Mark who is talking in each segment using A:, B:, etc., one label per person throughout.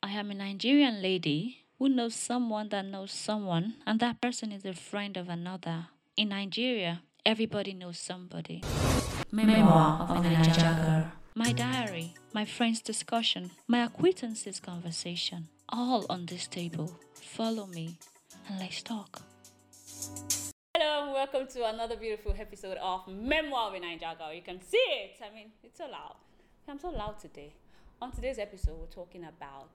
A: am a Nigerian lady who knows someone that knows someone, and that person is a friend of another. In Nigeria, everybody knows somebody. Memoir of a Niger Girl. My diary, my friend's discussion, my acquaintances' conversation, all on this table. Follow me and let's talk.
B: Hello and welcome to another beautiful episode of Memoir with Nigel Girl. You can see it. I mean, it's so loud. I'm so loud today. On today's episode, we're talking about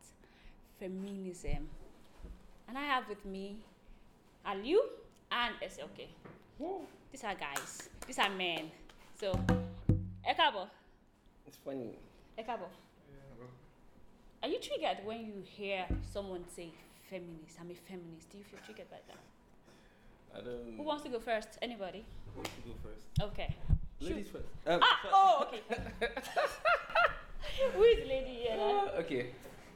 B: feminism. And I have with me Aliu and Eseoke. These are guys. These are men. So, Ẹ káàbọ̀.
C: It's funny.
B: Ẹ káàbọ̀. Are you triggered when you hear someone say feminist? I'm a feminist. Do you feel triggered by that?
C: I don't.
B: Who wants to go first? Anybody?
C: wants to go first?
B: Okay.
C: Ladies first. Um,
B: Ah, oh, okay. Who is the lady here? now?
C: uh, okay.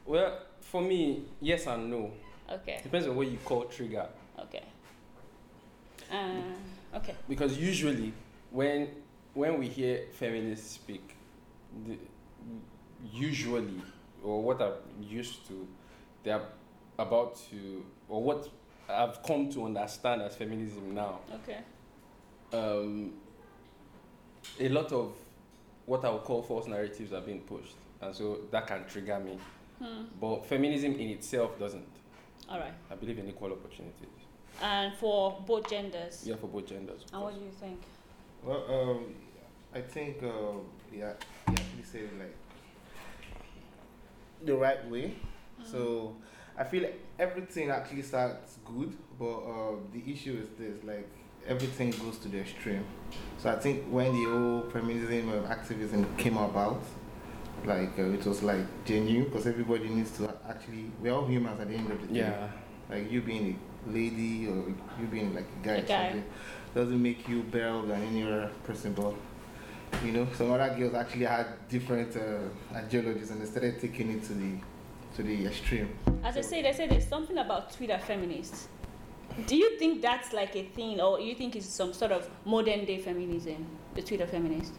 C: Well, for me, yes and no.
B: Okay,
C: Depends on what you call trigger.
B: okay. Uh, okay.
C: Because usually, when when we hear feminists speak, the, usually or what I'm used to, they're about to or what I've come to understand as feminism now.
B: Okay.
C: um, a lot of what I would call false narratives are being pushed, and so that can trigger me.
B: Hmm.
C: But feminism in itself doesn't.
B: All right.
C: I believe in equal opportunities.
B: And for both genders.
C: Yeah, for both genders.
B: And
C: of course.
B: what do you think?
D: Well, um, I think um, yeah, he actually said it like the right way. So I feel like everything actually starts good, but uh, the issue is this: like everything goes to the extreme. So I think when the whole feminism and activism came about, like uh, it was like genuine because everybody needs to actually. We're all humans at the end of the day
C: Yeah.
D: like you being a lady or you being like a guy,
B: A
D: or
B: guy.
D: something doesn't make you better than any other person but you know some other girls actually had different uh, ideologies and they started taking it to the to the extreme
B: As I said, I said there's something about Twitter feminists. Do you think that's like a thing, or you think it's some sort of modern day feminism, the Twitter feminist?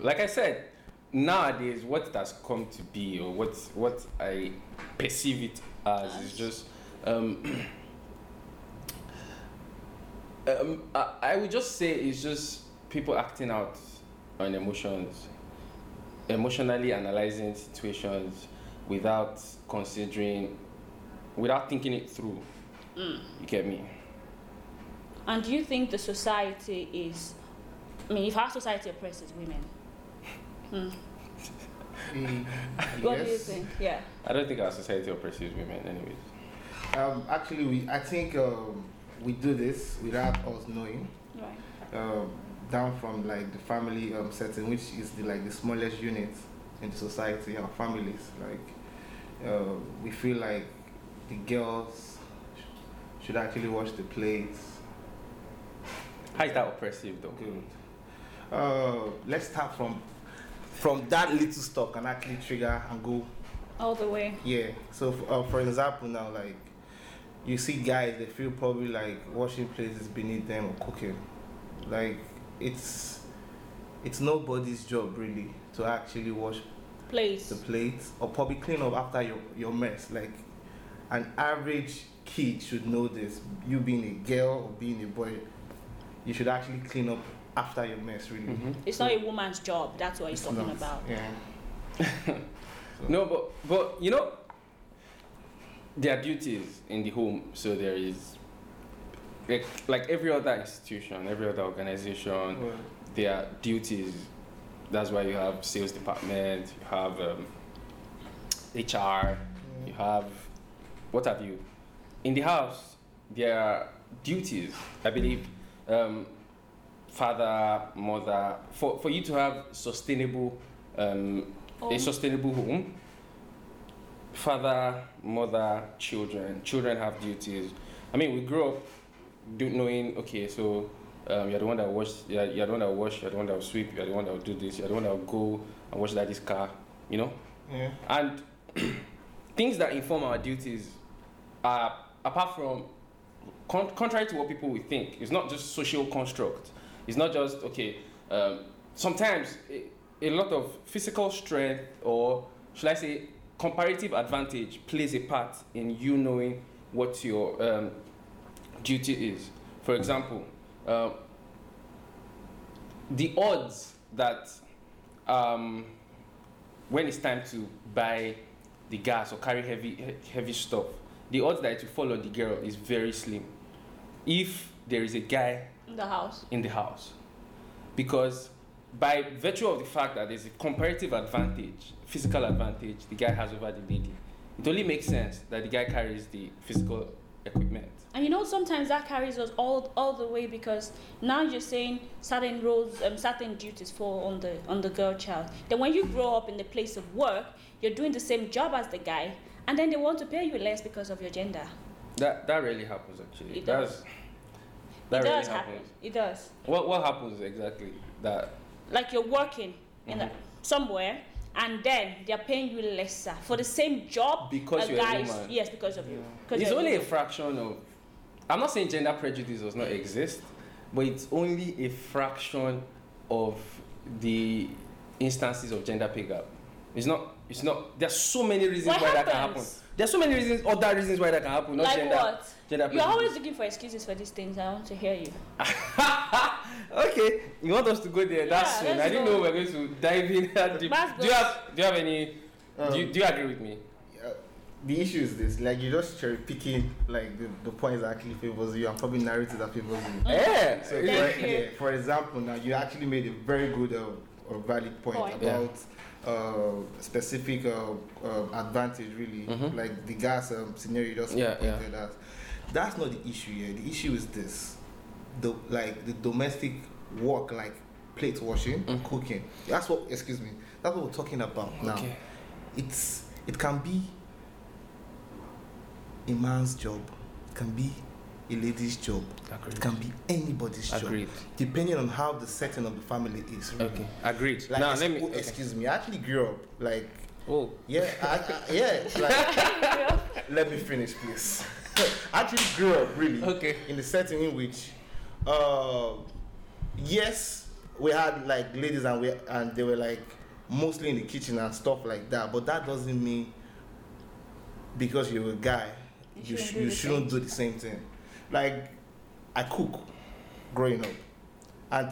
C: Like I said, nowadays what it has come to be or what what I perceive it as is just um, um I, I would just say it's just people acting out on emotions, emotionally analyzing situations without considering, without thinking it through. You get me?
B: And do you think the society is, I mean, if our society oppresses women,
D: Mm,
B: what do you
D: yes.
B: think? Yeah.
C: I don't think our society oppresses women, anyways.
D: um, actually we i think um, we do this without us knowing
B: Right.
D: um, down from like the family um, setting, which is the like the smallest unit in the society, our families. Like uh, we feel like the girls sh- should actually wash the plates.
C: How is that oppressive though?
D: Good. Uh, let's start from from that little stuff and actually trigger and go
B: All the way.
D: yeah. So, f- uh, for example, now like you see guys, they feel probably like washing places beneath them or cooking. Like it's it's nobody's job really to actually wash
B: Place.
D: the plates or probably clean up after your your mess. Like an average kid should know this. You being a girl or being a boy, you should actually clean up after your mess. Really,
C: Mm-hmm.
B: It's not a woman's job. That's what he's
D: It's
B: talking
D: not-
B: about.
D: Yeah.
C: No, but but you know, there are duties in the home, so there is like, like every other institution, every other organization,
D: Well,
C: there are duties. That's why you have sales department, you have um, HR, you have what have you. In the house, there are duties. I believe um, father, mother, for for you to have sustainable. Um,
B: Oh,
C: a sustainable home. Father, mother, children. Children have duties. I mean, we grew up do, knowing, okay, so um, you're the one that will wash, you're, you're the one that will wash, you're the one that will sweep, you're the one that will do this, you're the one that will go and wash daddy's car, you know?
D: yeah.
C: And things that inform our duties are, apart from, con- contrary to what people would think, it's not just social construct. It's not just, okay, um, sometimes a, a lot of physical strength or should I say, comparative advantage plays a part in you knowing what your um, duty is. For example, uh, the odds that um, when it's time to buy the gas or carry heavy he- heavy stuff, the odds that it will fall on the girl is very slim. If there is a guy
B: In the house.
C: in the house. Because by virtue of the fact that there's a comparative advantage, physical advantage the guy has over the lady, it only makes sense that the guy carries the physical equipment.
B: And you know, sometimes that carries us all all the way because now you're saying certain roles, um, certain duties fall on the on the girl child. Then when you grow up in the place of work, you're doing the same job as the guy, and then they want to pay you less because of your gender.
C: That that really happens actually.
B: It
C: That's-
B: does. it
C: That really
B: does happen.
C: happens.
B: It does.
C: What what happens exactly? That
B: Like you're working in
C: Mm-hmm.
B: the, somewhere, and then they're paying you lesser for the same job.
C: Because you're a
B: guy is-
C: woman.
B: Yes, because of you. 'Cause
C: it's
B: you're
C: only a
B: woman.
C: fraction of I'm not saying gender prejudice does not exist, but it's only a fraction of the instances of gender pay gap. It's not it's not there's so many reasons
B: What
C: why that can happen.
B: happens?
C: There's so many reasons other reasons why that can happen, not
B: like
C: gender
B: what?
C: gender
B: You're
C: prejudice.
B: always looking for excuses for these things. I want to hear you.
C: okay, you want us to go there, that's
B: Yeah,
C: soon.
B: let's
C: I didn't
B: go.
C: know we were going to dive in that deep.
B: Let's
C: Do you
B: go.
C: have do you have any do, you, do you agree with me?
D: Uh, the issue is this, like you're just cherry picking like the, the points that actually favors you and probably narrative that favors you.
B: Mm-hmm.
C: Yeah.
D: So
B: Thank
D: for,
B: you.
D: yeah, for example, now you actually made a very good uh, or valid point,
B: Point.
C: Yeah.
D: about uh, specific uh, um advantage, really,
C: Mhm.
D: like the gas um, scenario you just
C: Yeah, yeah.
D: pointed out. That's not the issue here. The issue is this: the like the domestic work, like plate washing,
C: Mm.
D: cooking. That's what. Excuse me. That's what we're talking about now.
C: Okay.
D: It's it can be a man's job, it can be a lady's job, it
C: Agreed.
D: can be anybody's job
C: Agreed.
D: depending on how the setting of the family is. Really.
C: Okay. Agreed.
D: Like,
C: now
D: ex-
C: let me
D: oh,
C: okay.
D: excuse me. I actually grew up like
C: Oh,
D: yeah, I, I, yeah. Like, let me finish, please. I actually grew up really
C: Okay.
D: in the setting in which, uh, yes, we had like ladies and we and they were like mostly in the kitchen and stuff like that. But that doesn't mean because you're a guy,
B: You
D: you
B: shouldn't
D: sh-
B: do
D: you
B: the
D: shouldn't do the same thing. Like I cook growing up, and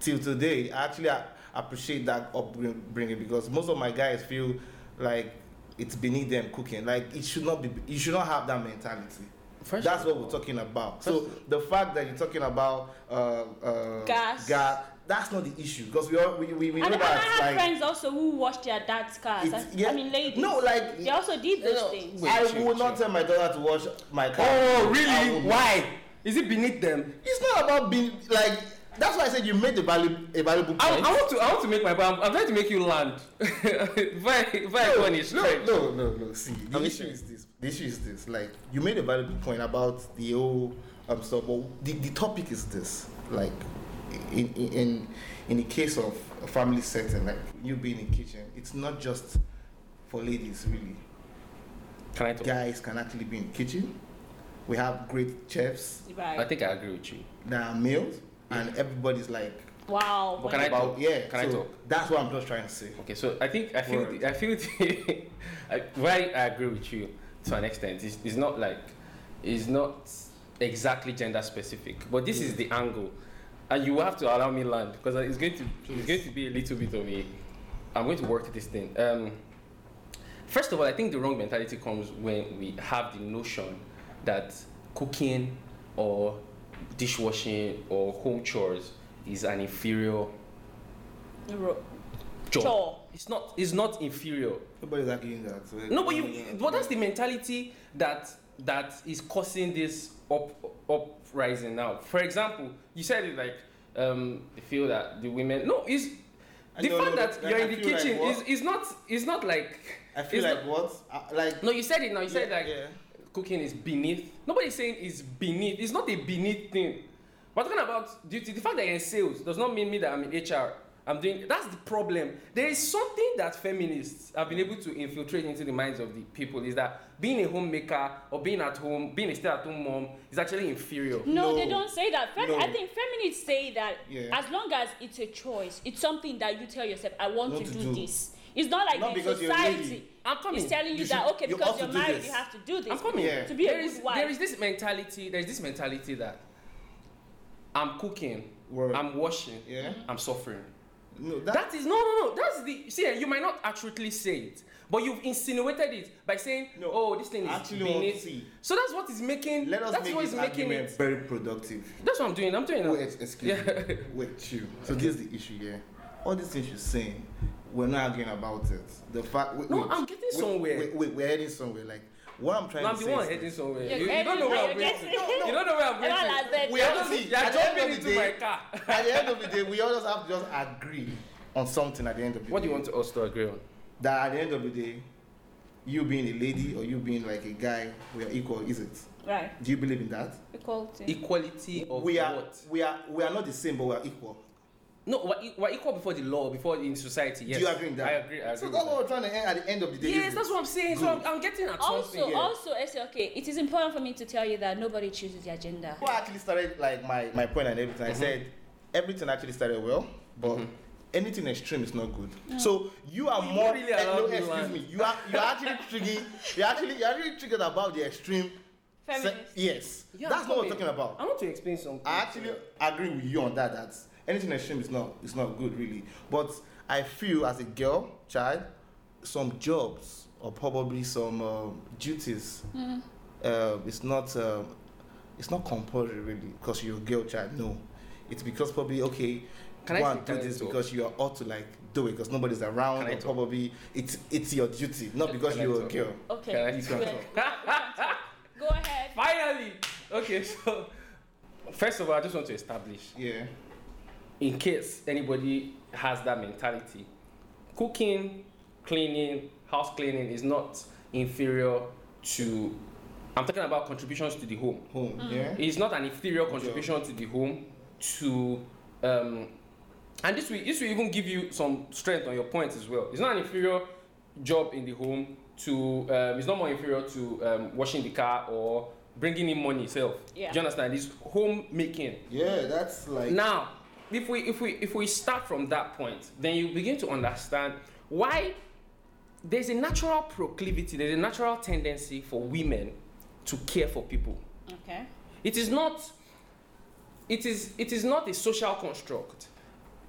D: till today, I actually a- appreciate that upbringing because most of my guys feel like it's beneath them cooking. Like it should not be. You should not have that mentality.
C: First
D: That's
C: of
D: what
C: all-
D: we're talking about.
C: First
D: So the fact that you're talking about uh, uh,
B: Gas.
D: gas, that's not the issue because we all we we, we know
B: and, and I
D: that
B: have
D: like.
B: friends also who wash their dad's cars. I,
D: it's- yeah.
B: I mean, ladies.
D: No, like
B: they also did those
C: No,
B: things.
C: Wait,
D: I
C: chill,
D: will not
C: chill.
D: tell my daughter to wash my car.
C: Oh,
D: I
C: really?
D: will not.
C: Why? Is it beneath them?
D: It's not about being like. That's why I said you made a valuable a valuable
C: I,
D: point.
C: I want to. I want to make my. but I'm, I'm trying to make you land. very, very
D: no,
C: punish.
D: no,
C: right?
D: no, no, no. See, the
C: I'm
D: issue
C: listening.
D: is this. The issue is this. Like you made a valuable point about the whole um stuff, but the, the topic is this. Like in in- in in the case of a family setting, like you being in the kitchen, it's not just for ladies really.
C: Can I talk?
D: Guys can actually be in the kitchen. We have great chefs
B: Right.
C: I think I agree with you.
D: that are males, and everybody's like
B: wow.
C: But can I
D: about
C: talk?
D: yeah.
C: Can I
D: so
C: talk?
D: That's what I'm just trying to say.
C: Okay, so I think I feel
D: Word.
C: the, I feel the, I, why I agree with you to an extent. It's, it's not like it's not exactly gender specific, but this is the angle, and you have to allow me land because it's going to it's going to be a little bit of a. I'm going to work this thing. Um, first of all, I think the wrong mentality comes when we have the notion that cooking or dishwashing or home chores is an inferior
B: Ro-
C: job.
B: Chore.
C: It's not. It's not inferior.
D: Nobody's arguing that. so-
C: No, but you. But that's the mentality that that is causing this up uprising now. For example, you said it like um, you feel that the women. No, is
D: I
C: the
D: don't
C: fact
D: know,
C: that
D: like,
C: you're
D: I
C: in the
D: feel like
C: kitchen
D: what-
C: is is not is not like.
D: I feel
C: it's
D: like what? I, like
C: No, you said it now. You said
D: yeah,
C: like
D: yeah.
C: cooking is beneath. Nobody's saying it's beneath. It's not a beneath thing. We're talking about duty. The fact that you're in sales does not mean me that I'm in HR. I'm doing. That's the problem. There is something that feminists have been able to infiltrate into the minds of the people is that being a homemaker or being at home, being a stay-at-home mom is actually inferior.
B: no, they
D: No.
B: don't say that. Fem-
D: No.
B: I think feminists say that
D: Yeah.
B: as long as it's a choice, it's something that you tell yourself, I want
D: What
B: to
D: to
B: do
D: do.
B: this. It's not like
D: Not
B: the
D: because you're
B: society
D: lady.
E: I'm coming.
B: is telling you,
E: You
B: that
E: should-
B: okay
E: you
B: because
E: ought
B: you're
E: to do
B: married
E: this.
B: you have to do this.
E: I'm coming.
D: Yeah.
B: To be
C: there
B: a
C: is
B: good wife.
C: there is this mentality there is this mentality that I'm cooking,
D: Word.
C: I'm washing,
D: Yeah.
C: I'm suffering.
D: No, that,
C: That is no no no. That's the see. eh, You might not accurately say it, but you've insinuated it by saying,
D: No,
C: "Oh, this thing
D: I
C: is
D: actually want to
C: beneath."
D: see.
C: So that's what is making.
D: Let us
C: that's
D: make
C: what
D: this
C: is making
D: argument
C: it.
D: very productive.
C: That's what I'm doing. I'm doing.
D: Oh,
C: that.
D: ex- excuse me. Wait, you. So this is the issue here. All these things you're saying, we're not arguing about it. The fact. Wait,
C: No,
D: wait,
C: I'm getting
D: wait,
C: somewhere.
D: Wait, wait, we're heading somewhere. Like what I'm trying
C: No, I'm
D: to
C: the
D: say.
C: one
D: is
C: heading
D: this.
C: somewhere.
B: You're
C: You, you don't
B: heading-
C: know where
B: you're
C: I'm going to.
B: getting- No, no.
C: You don't know where I'm
B: Everyone
C: going
B: has
C: to.
B: their
D: We
B: job.
D: have to see.
C: You're
D: At the end
C: jumping
D: of the
C: into my
D: day,
C: car.
D: at the end of the day, we all just have to just agree on something. At the end of the
C: What
D: day,
C: do you want us to agree on?
D: that at the end of the day, you being a lady or you being like a guy, we are equal. Is it?
B: Right.
D: Do you believe in that?
B: Equality.
C: Equality of
D: we are
C: what?
D: we are we are not the same, but we are equal.
C: No, we're, e- we're equal before the law, before in society. Yes.
D: Do you agree with that?
C: I agree. I agree.
D: So
C: with
D: that's what
C: that.
D: we're trying to end at the end of the day.
C: Yes,
D: is
C: that's
D: it?
C: what I'm saying. So
D: Good.
C: I'm, I'm getting at
B: Also,
C: something.
D: yeah.
B: also, it's okay. It is important for me to tell you that nobody chooses their gender.
D: Before I actually started like my, my point and everything.
C: Mm-hmm.
D: I said everything actually started well, but anything extreme is not good. So you are
C: You
D: more
C: really
D: eh, no,
C: allowed me,
D: excuse
C: man.
D: me. You are you are actually triggered. You actually you are actually triggered about the extreme. se-
B: Feminist.
D: yes,
C: Yeah,
D: that's
C: I'm
D: what we're
C: coming.
D: talking about.
C: I want to explain something.
D: I actually agree with you on that. That anything extreme is not is not good really. But I feel as a girl child, some jobs or probably some um duties, uh, it's not um it's not compulsory really because you're a girl child. No, it's because probably okay.
C: Can I
D: go
C: say-
D: and do
C: can I
D: this
C: talk?
D: because you are ought to like do it because nobody's around
C: Can I
D: or
C: talk?
D: probably it's it's your duty not because
C: Can I
D: you're a
C: talk?
D: girl.
B: Okay.
C: Can I
D: You
C: talk?
D: can
B: Go
D: talk.
B: ahead. Go ahead.
C: Finally. Okay. So first of all, I just want to establish
D: Yeah.
C: in case anybody has that mentality cooking cleaning house cleaning is not inferior to i'm talking about contributions to the home
D: Home. Yeah.
C: it's not an inferior contribution to the home to um, and this will this will even give you some strength on your point as well it's not an inferior job in the home to um, it's not more inferior to um, washing the car or bringing in money itself
B: Yeah.
C: do you understand it's homemaking
D: Yeah. That's like.
C: now if we if we if we start from that point then you begin to understand why there's a natural proclivity there's a natural tendency for women to care for people
B: Okay.
C: it is not it is it is not a social construct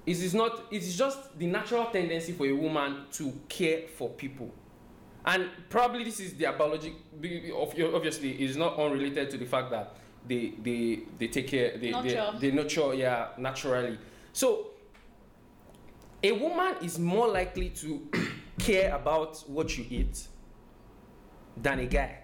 C: it is not it is just the natural tendency for a woman to care for people and probably this is their biology be- be- of- obviously is not unrelated to the fact that they they they take care they
B: Nurture.
C: they, they nurture yeah naturally so a woman is more likely to care about what you eat than a guy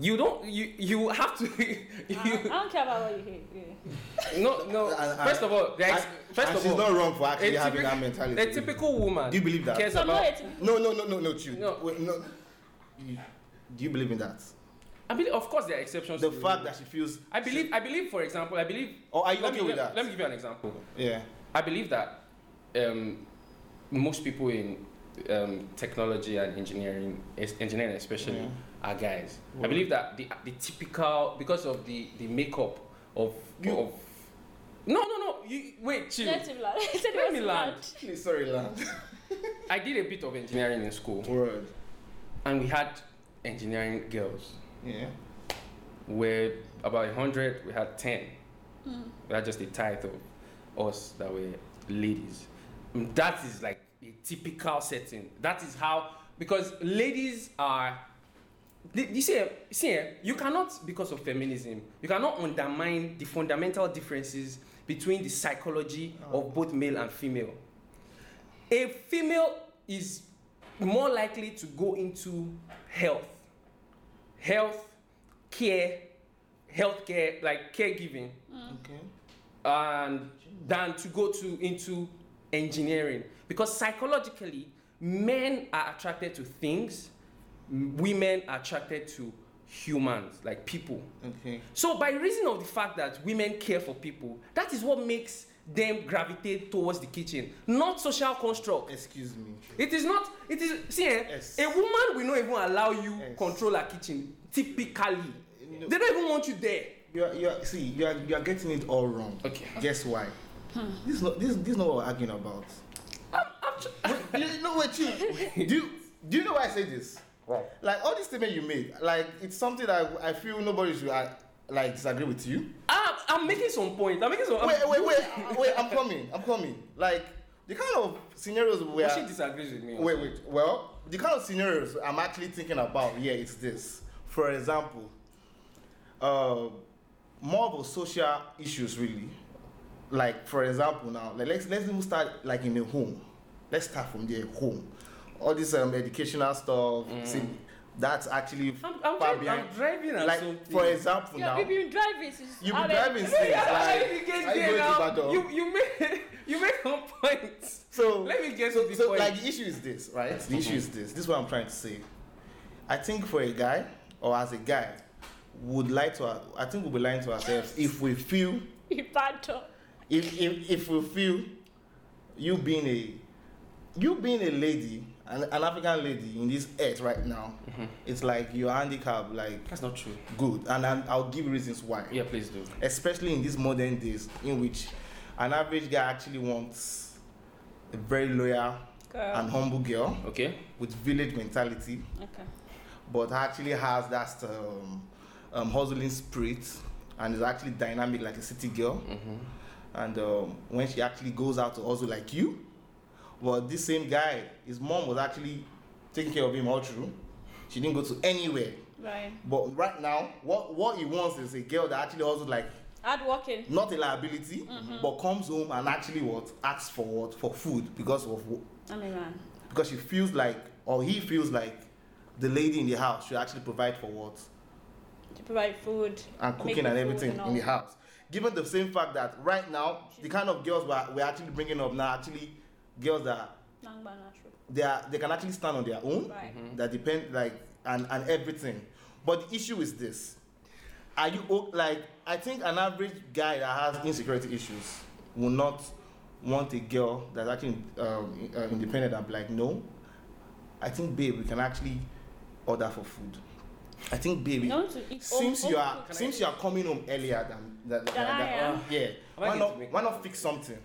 C: you don't you you have to
B: I, I
C: you,
B: don't care about what you hate. Yeah.
C: no no
D: Uh-huh. And-
C: first of all there is,
D: and-
C: first
D: and
C: of
D: she's
C: all
D: not wrong for actually
C: a
D: having that
C: typical-
D: mentality.
C: a typical woman
D: Do you believe that?
C: cares
B: So no,
C: about
B: it's
D: No, no, no, no, no, you.
C: No.
D: Wait, no. You- do you believe in that?
C: I mean of course there are exceptions
D: The
C: to
D: fact that she feels.
C: I believe I believe for example I believe
D: Or are you
C: let
D: okay
C: me,
D: with
C: let-
D: that?
C: let me give you an example
D: Yeah.
C: I believe that um, most people in um, technology and engineering, es- engineering especially,
D: Yeah.
C: are guys. I
D: Right.
C: believe that the, the typical because of the, the makeup of
D: You-
C: of no no no you wait chill.
B: Let him land. He said
C: Let
B: it
C: me
B: was
C: land.
B: land.
D: Please, sorry, Lan.
C: I did a bit of engineering in school,
D: Word.
C: and we had engineering girls.
D: Yeah.
C: We're about hundred. We had ten. We had just a tithe of us that were ladies. Mm, That is like a typical setting. That is how because ladies are. the- You see, eh, see, eh, you cannot because of feminism. You cannot undermine the fundamental differences between the psychology of both male and female. A female is more likely to go into health, health care, healthcare, like caregiving,
D: Okay.
C: and than to go to into engineering because psychologically men are attracted to things m- women are attracted to humans like people
D: Okay.
C: so by reason of the fact that women care for people that is what makes them gravitate towards the kitchen not social construct
D: Excuse me.
C: it is not it is see eh,
D: Yes.
C: a woman will not even allow you
D: Yes. Eh,
C: control her kitchen typically
D: No.
C: they don't even want you there
D: You are, you are, see, you are, you are getting it all wrong.
C: Okay.
D: Guess why? This is not this, this is not what we're arguing about.
C: I'm, I'm tr-
D: You- no, wait, you. do, you, do you know why I say this?
C: Right.
D: Like all these statements you made, like it's something that I feel nobody should uh, like disagree with you.
C: I'm, I'm making some point. I'm making some. I'm,
D: Wait, wait, wait, wait! I'm coming. I'm coming. Like the kind of scenarios where.
C: She disagrees with me.
D: Wait, wait. Well, the kind of scenarios I'm actually thinking about, yeah, it's this. For example, uh, more of a social issues, really. Like, for example, now, like, let's let's even start like in the home. Let's start from the home. All this um, educational stuff, see, that's actually
C: Mm. I'm, I'm,
D: far
C: driving, I'm
D: behind.
C: driving and
D: Like,
C: something.
D: for example,
B: Yeah,
D: now
B: we've been driving since.
D: you've
B: I
D: been
B: mean-
D: driving since like,
C: Yeah, let me
D: are
C: get
D: you
C: there
D: going to
C: now.
D: Ibadan?
C: You you make you make some points.
D: So
C: Let me get
D: so,
C: to the
D: so,
C: point. Mm-hmm.
D: Like the issue is this, right? The issue is this. This is what I'm trying to say. I think for a guy or as a guy, would lie to our, I think we'll be lying to ourselves if we feel
B: Ibadan.
D: if if, if we feel you being a you being a lady an, an African lady in this earth right now,
C: Mm-hmm.
D: it's like you're handicapped, like
C: That's not true.
D: good, and i I'll give reasons why
C: Yeah, please do.
D: especially in these modern days in which an average guy actually wants a very loyal
B: Girl.
D: and humble girl
C: Okay.
D: with village mentality
B: Okay.
D: but actually has that um, um, hustling spirit and is actually dynamic like a city girl and um, when she actually goes out to hustle like you well this same guy his mom was actually taking care of him all through she didn't go to anywhere
B: Right.
D: but right now what, what he wants is a girl that actually hustles like
B: Hard working.
D: not a liability,
B: Mm-hmm.
D: but comes home and actually what asks for what for food because of wh-
B: I'm a man.
D: because she feels like or he feels like the lady in the house should actually provide for what
B: To provide food.
D: and
B: make
D: cooking
B: the
D: and
B: food
D: everything
B: and all.
D: in the house. Given the same fact that right now the kind of girls we're, we're actually bringing up now actually girls that
B: Nangba natural.
D: they are they can actually stand on their own
C: Mm-hmm.
B: Right. Mm-hmm.
D: that depend like and and everything but the issue is this are you o- like i think an average guy that has insecurity issues will not want a girl that's actually um, uh, independent and be like no i think babe we can actually order for food i think baby
B: No oh, to eat.
D: since
B: home-
D: you
B: home
D: are
B: cooked.
D: since you are coming home earlier than that,
B: Than I am.
D: yeah
C: I
D: why
C: like it
D: not
C: to make-
D: why not fix something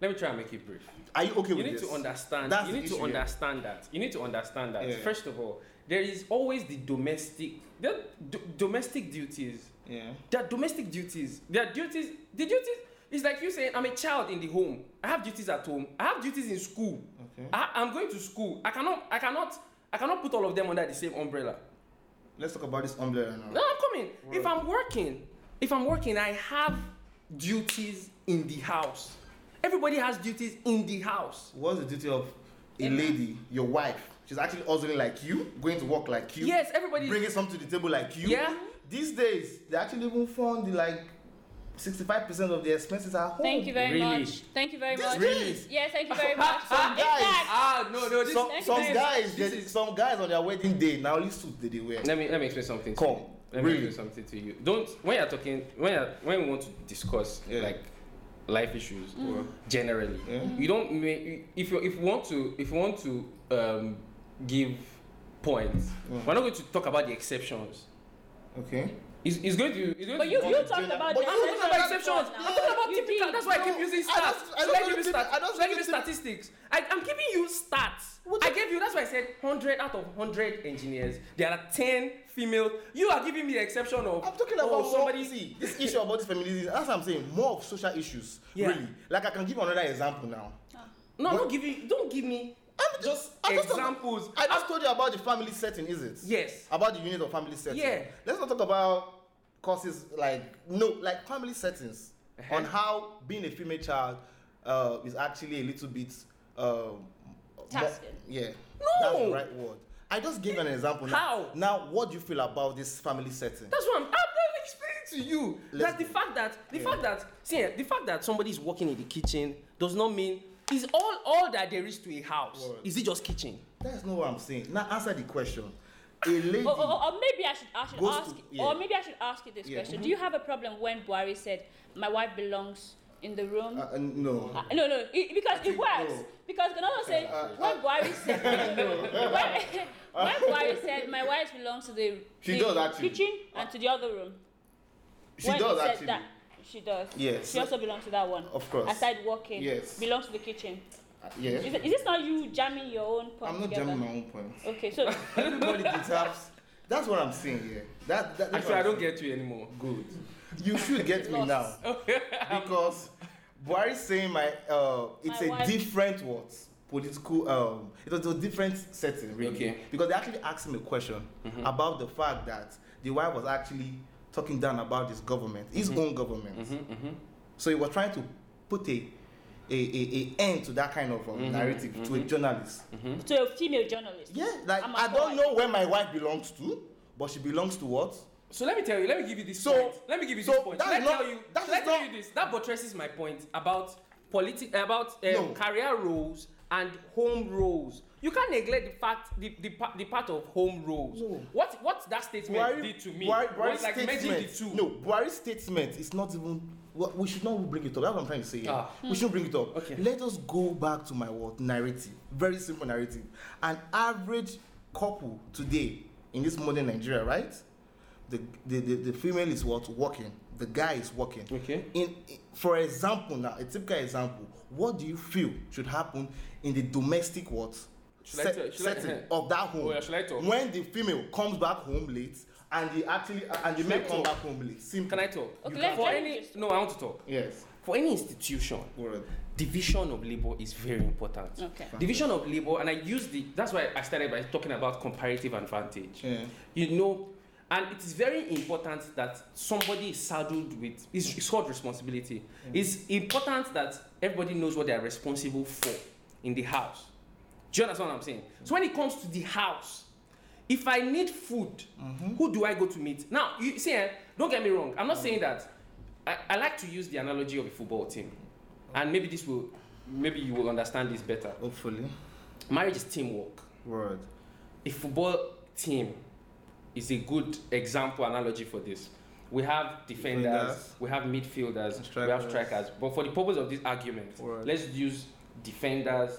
C: Let me try and make it brief.
D: are you okay
C: you
D: with
C: need
D: this
C: to understand
D: That's
C: you
D: the
C: need
D: issue
C: to
D: here.
C: understand that you need to understand that
D: Yeah.
C: first of all there is always the domestic the do- domestic duties
D: yeah
C: there are domestic duties there are duties the duties it's like you saying i'm a child in the home i have duties at home i have duties in school
D: okay
C: I, i'm going to school i cannot i cannot i cannot put all of them under the same umbrella
D: let's talk about this umbrella now
C: no i'm coming if i'm working if i'm working i have duties in the house everybody has duties in the house
D: What's the duty of a lady, your wife? She's actually hustling like you, going to work like you,
C: yes everybody
D: bringing something to the table like you.
C: Yeah.
D: These days, they actually even fund the, like 65% of the expenses at home.
B: Thank you very
C: Really?
B: much. Thank you very
D: This
B: much.
D: really?
B: Yes, thank you very much.
D: Some
B: In
D: guys-
B: fact,
C: Ah, no, no. This,
D: Some,
B: Thank you
D: some
B: very
D: guys, they, some guys on their wedding day, now only suit that they wear.
C: let me let me explain something. To
D: Come,
C: you. Let me
D: really.
C: explain something to you. Don't when you're talking when you're, when we want to discuss
D: Yeah. Mm.
C: like life issues or generally,
D: Yeah.
C: you don't make if you if you want to if you want to um, give points,
D: Mm.
C: we're not going to talk about the exceptions.
D: Okay.
C: It's, it's going to. It's going
B: But
C: to
B: you,
C: be-
B: you talked about
D: But
B: the
D: you
C: I'm talking about exceptions.
B: before now.
C: I'm talking about
B: You
C: typical.
B: did.
C: That's why I keep
D: No,
C: using
D: I
C: stats.
D: don't- I
C: Should
D: don't
C: I give you
D: do typi-
C: stats?
D: I don't
C: Should I give
D: do
C: you
D: typi-
C: statistics? I, I'm giving you stats. I gave you. That's why I said 100 out of 100 engineers. There are 10 female. You are giving me the exception of.
D: I'm talking
C: oh,
D: about
C: somebody.
D: somebody. See, this issue about this feminism, that's what I'm saying, more of social issues.
C: Yeah.
D: Really. Like, I can give another example now.
C: No, I'm not giving. Don't give me
D: I'm just, I'm just talking-
C: examples.
D: I just told you about the family setting, is it?
C: Yes.
D: About the unit of family setting.
C: Yeah.
D: Let's not talk about courses like no, like family settings
C: Uh-huh.
D: on how being a female child uh, is actually a little bit um, more-
B: Tasking.
D: yeah.
C: No.
D: That's the right word. I just gave an example. Now.
C: How?
D: Now, what do you feel about this family setting?
C: That's what I'm, I'm, I'm explaining to you.
D: Let's
C: that the
D: go.
C: fact that the fact that see eh, the fact that somebody is working in the kitchen does not mean is all all that there is to a house.
D: Word.
C: Is it just kitchen?
D: That's not what I'm saying. Now answer the question.
C: Oh,
D: A lady.
B: Or, or, or maybe I should, I should
D: Goes
B: ask,
D: to- yeah.
B: or maybe I should ask you this
D: Yeah.
B: question. Do you have a problem when Buhari said, "My wife belongs in the room"?
D: Uh, uh, no.
B: Uh, no, no, it, because it
D: think
B: works.
D: no.
B: Because Ganado said,
D: Uh,
B: when Buhari said, when, when Buhari said, my wife belongs to the,
D: She
B: the
D: does, actually. Uh,
B: kitchen and to the other room.
D: she
B: when he
D: does
B: said
D: actually.
B: That, she does.
D: Yes.
B: She also belongs to that one.
D: Of course.
B: Aside working,
D: Yes.
B: belongs to the kitchen.
D: Uh, yeah.
B: Is, it, is this not you jamming your own point
D: I'm not
B: together?
D: jamming my own point.
B: Okay, so
D: Everybody deserves. That's what I'm saying here. That, that that's
C: Actually,
D: what
C: I
D: I'm
C: don't
D: saying.
C: get you anymore.
D: good. You should get me now
B: Lost.
D: because Buhari is saying my uh, it's
B: My
D: a
B: wife-
D: different what political um it was a different setting really
C: Okay. Mm-hmm.
D: because they actually asked him a question about the fact that the wife was actually talking down about his government, his
C: Mm-hmm.
D: own government. So he was trying to put a a, a, a end to that kind of
C: Mm-hmm,
D: um, narrative to a journalist.
B: to a female journalist.
D: Yeah, like
B: I'm a
D: I don't
B: boy.
D: know where my wife belongs to, but she belongs to what?
C: So let me tell you, let me give you this
D: So-
C: point. Let me give you
D: so
C: this point.
D: that
C: Let
D: is
C: me
D: not-
C: tell you,
D: that is
C: let me tell
D: not-
C: you this. That buttresses my point about politi- about um,
D: No.
C: career roles and home roles. You can't neglect the fact the, the, pa- the part of home roles.
D: No.
C: What what that statement
D: Buhari-
C: did to me
D: Buhari- Buhari's
C: was like merging the two.
D: No, Buhari's statement is not even. well, We should not bring it up. That's what I'm trying to say. here.
C: Ah.
D: We should bring it up.
C: Okay.
D: Let us go back to my word narrative. Very simple narrative. An average couple today in this modern Nigeria, right? The the, the, the female is what working. The guy is working.
C: Okay.
D: In, in for example, now a typical example. What do you feel should happen in the domestic what
C: Should I
D: set-
C: tell- should I-
D: setting of that home?
C: Oh, yeah, should I talk?
D: when the female comes back home late and the actually and the
C: Should I
D: male come
C: talk?
D: back home late simple
C: Can I talk?
B: Okay, let-
C: For
B: let me
C: any
B: just-
C: no, I want to talk.
D: yes
C: For any institution,
D: word
C: division of labor is very important.
B: Okay.
C: Division of labor, and I use the that's why I started by talking about comparative advantage.
D: yeah
C: you know and it is very important that somebody is saddled with it's, it's called responsibility it's important that everybody knows what they are responsible for in the house do you understand what i'm saying so when it comes to the house if i need food who do i go to meet now you see eh, don't get me wrong i'm not saying that I, I like to use the analogy of a football team and maybe this will maybe you will understand this better
D: hopefully
C: marriage is teamwork
D: word
C: a football team is a good example analogy for this. We have defenders,
D: Defenders.
C: we have midfielders,
D: And
C: we have
D: strikers.
C: strikers. But for the purpose of this argument,
D: Right.
C: let's use defenders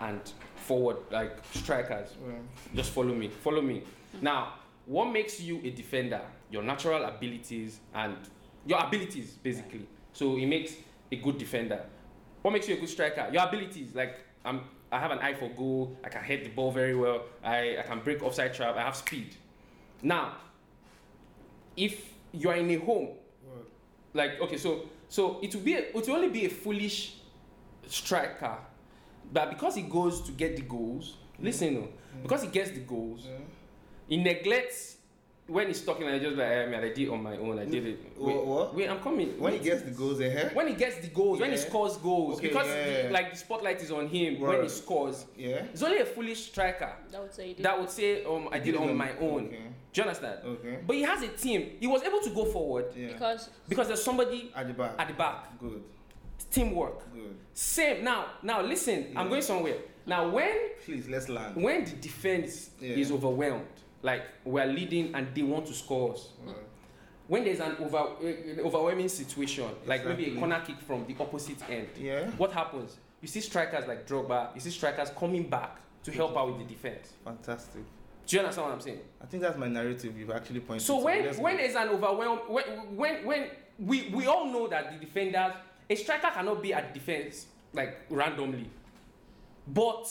C: and forward like strikers.
D: Right.
C: Just follow me. Follow me. Now, what makes you a defender? Your natural abilities and your abilities basically. So it makes a good defender. What makes you a good striker? Your abilities. Like I'm, I have an eye for goal. I can head the ball very well. I, I can break offside trap. I have speed. Now, if you are in a home,
D: Word.
C: like okay, so so it will be a, it will only be a foolish striker, but because he goes to get the goals, listen, no, because he gets the goals,
D: Mm. Yeah.
C: he neglects when he's talking. I just like I, mean, I did it on my own. I did it.
D: Wha- what?
C: wait, I'm coming.
D: when he
C: Wait.
D: gets the goals eh? ahead
C: when he gets the goals, when he
D: Yeah.
C: scores goals,
D: Okay,
C: because
D: yeah.
C: the- like the spotlight is on him when he
D: Right.
C: scores.
D: yeah
C: It's only a foolish striker
B: That would say you did.
C: that would say, um, I did it on my own.
D: okay
C: Do you understand?
D: okay
C: But he has a team. He was able to go forward
D: yeah
B: because
C: because there's somebody
D: at the back
C: at the back.
D: good
C: It's teamwork.
D: good
C: Same. Now, now listen. I'm
D: Yeah.
C: going somewhere. Now, when
D: please let's land
C: when the defense
D: Yeah.
C: is overwhelmed, like we are leading and they want to score us,
D: Word.
C: when there's an over uh, overwhelming situation, like maybe a
D: Exactly.
C: corner kick from the opposite end,
D: yeah
C: what happens? You see strikers like Drogba. You see strikers coming back to help out with the defense.
D: fantastic
C: Do you understand what I'm saying?
D: I think that's my narrative you've actually pointed
C: So
D: to.
C: when
D: Let's
C: when
D: go.
C: is an overwhelm when when when we we all know that the defenders a striker cannot be at defense like randomly, but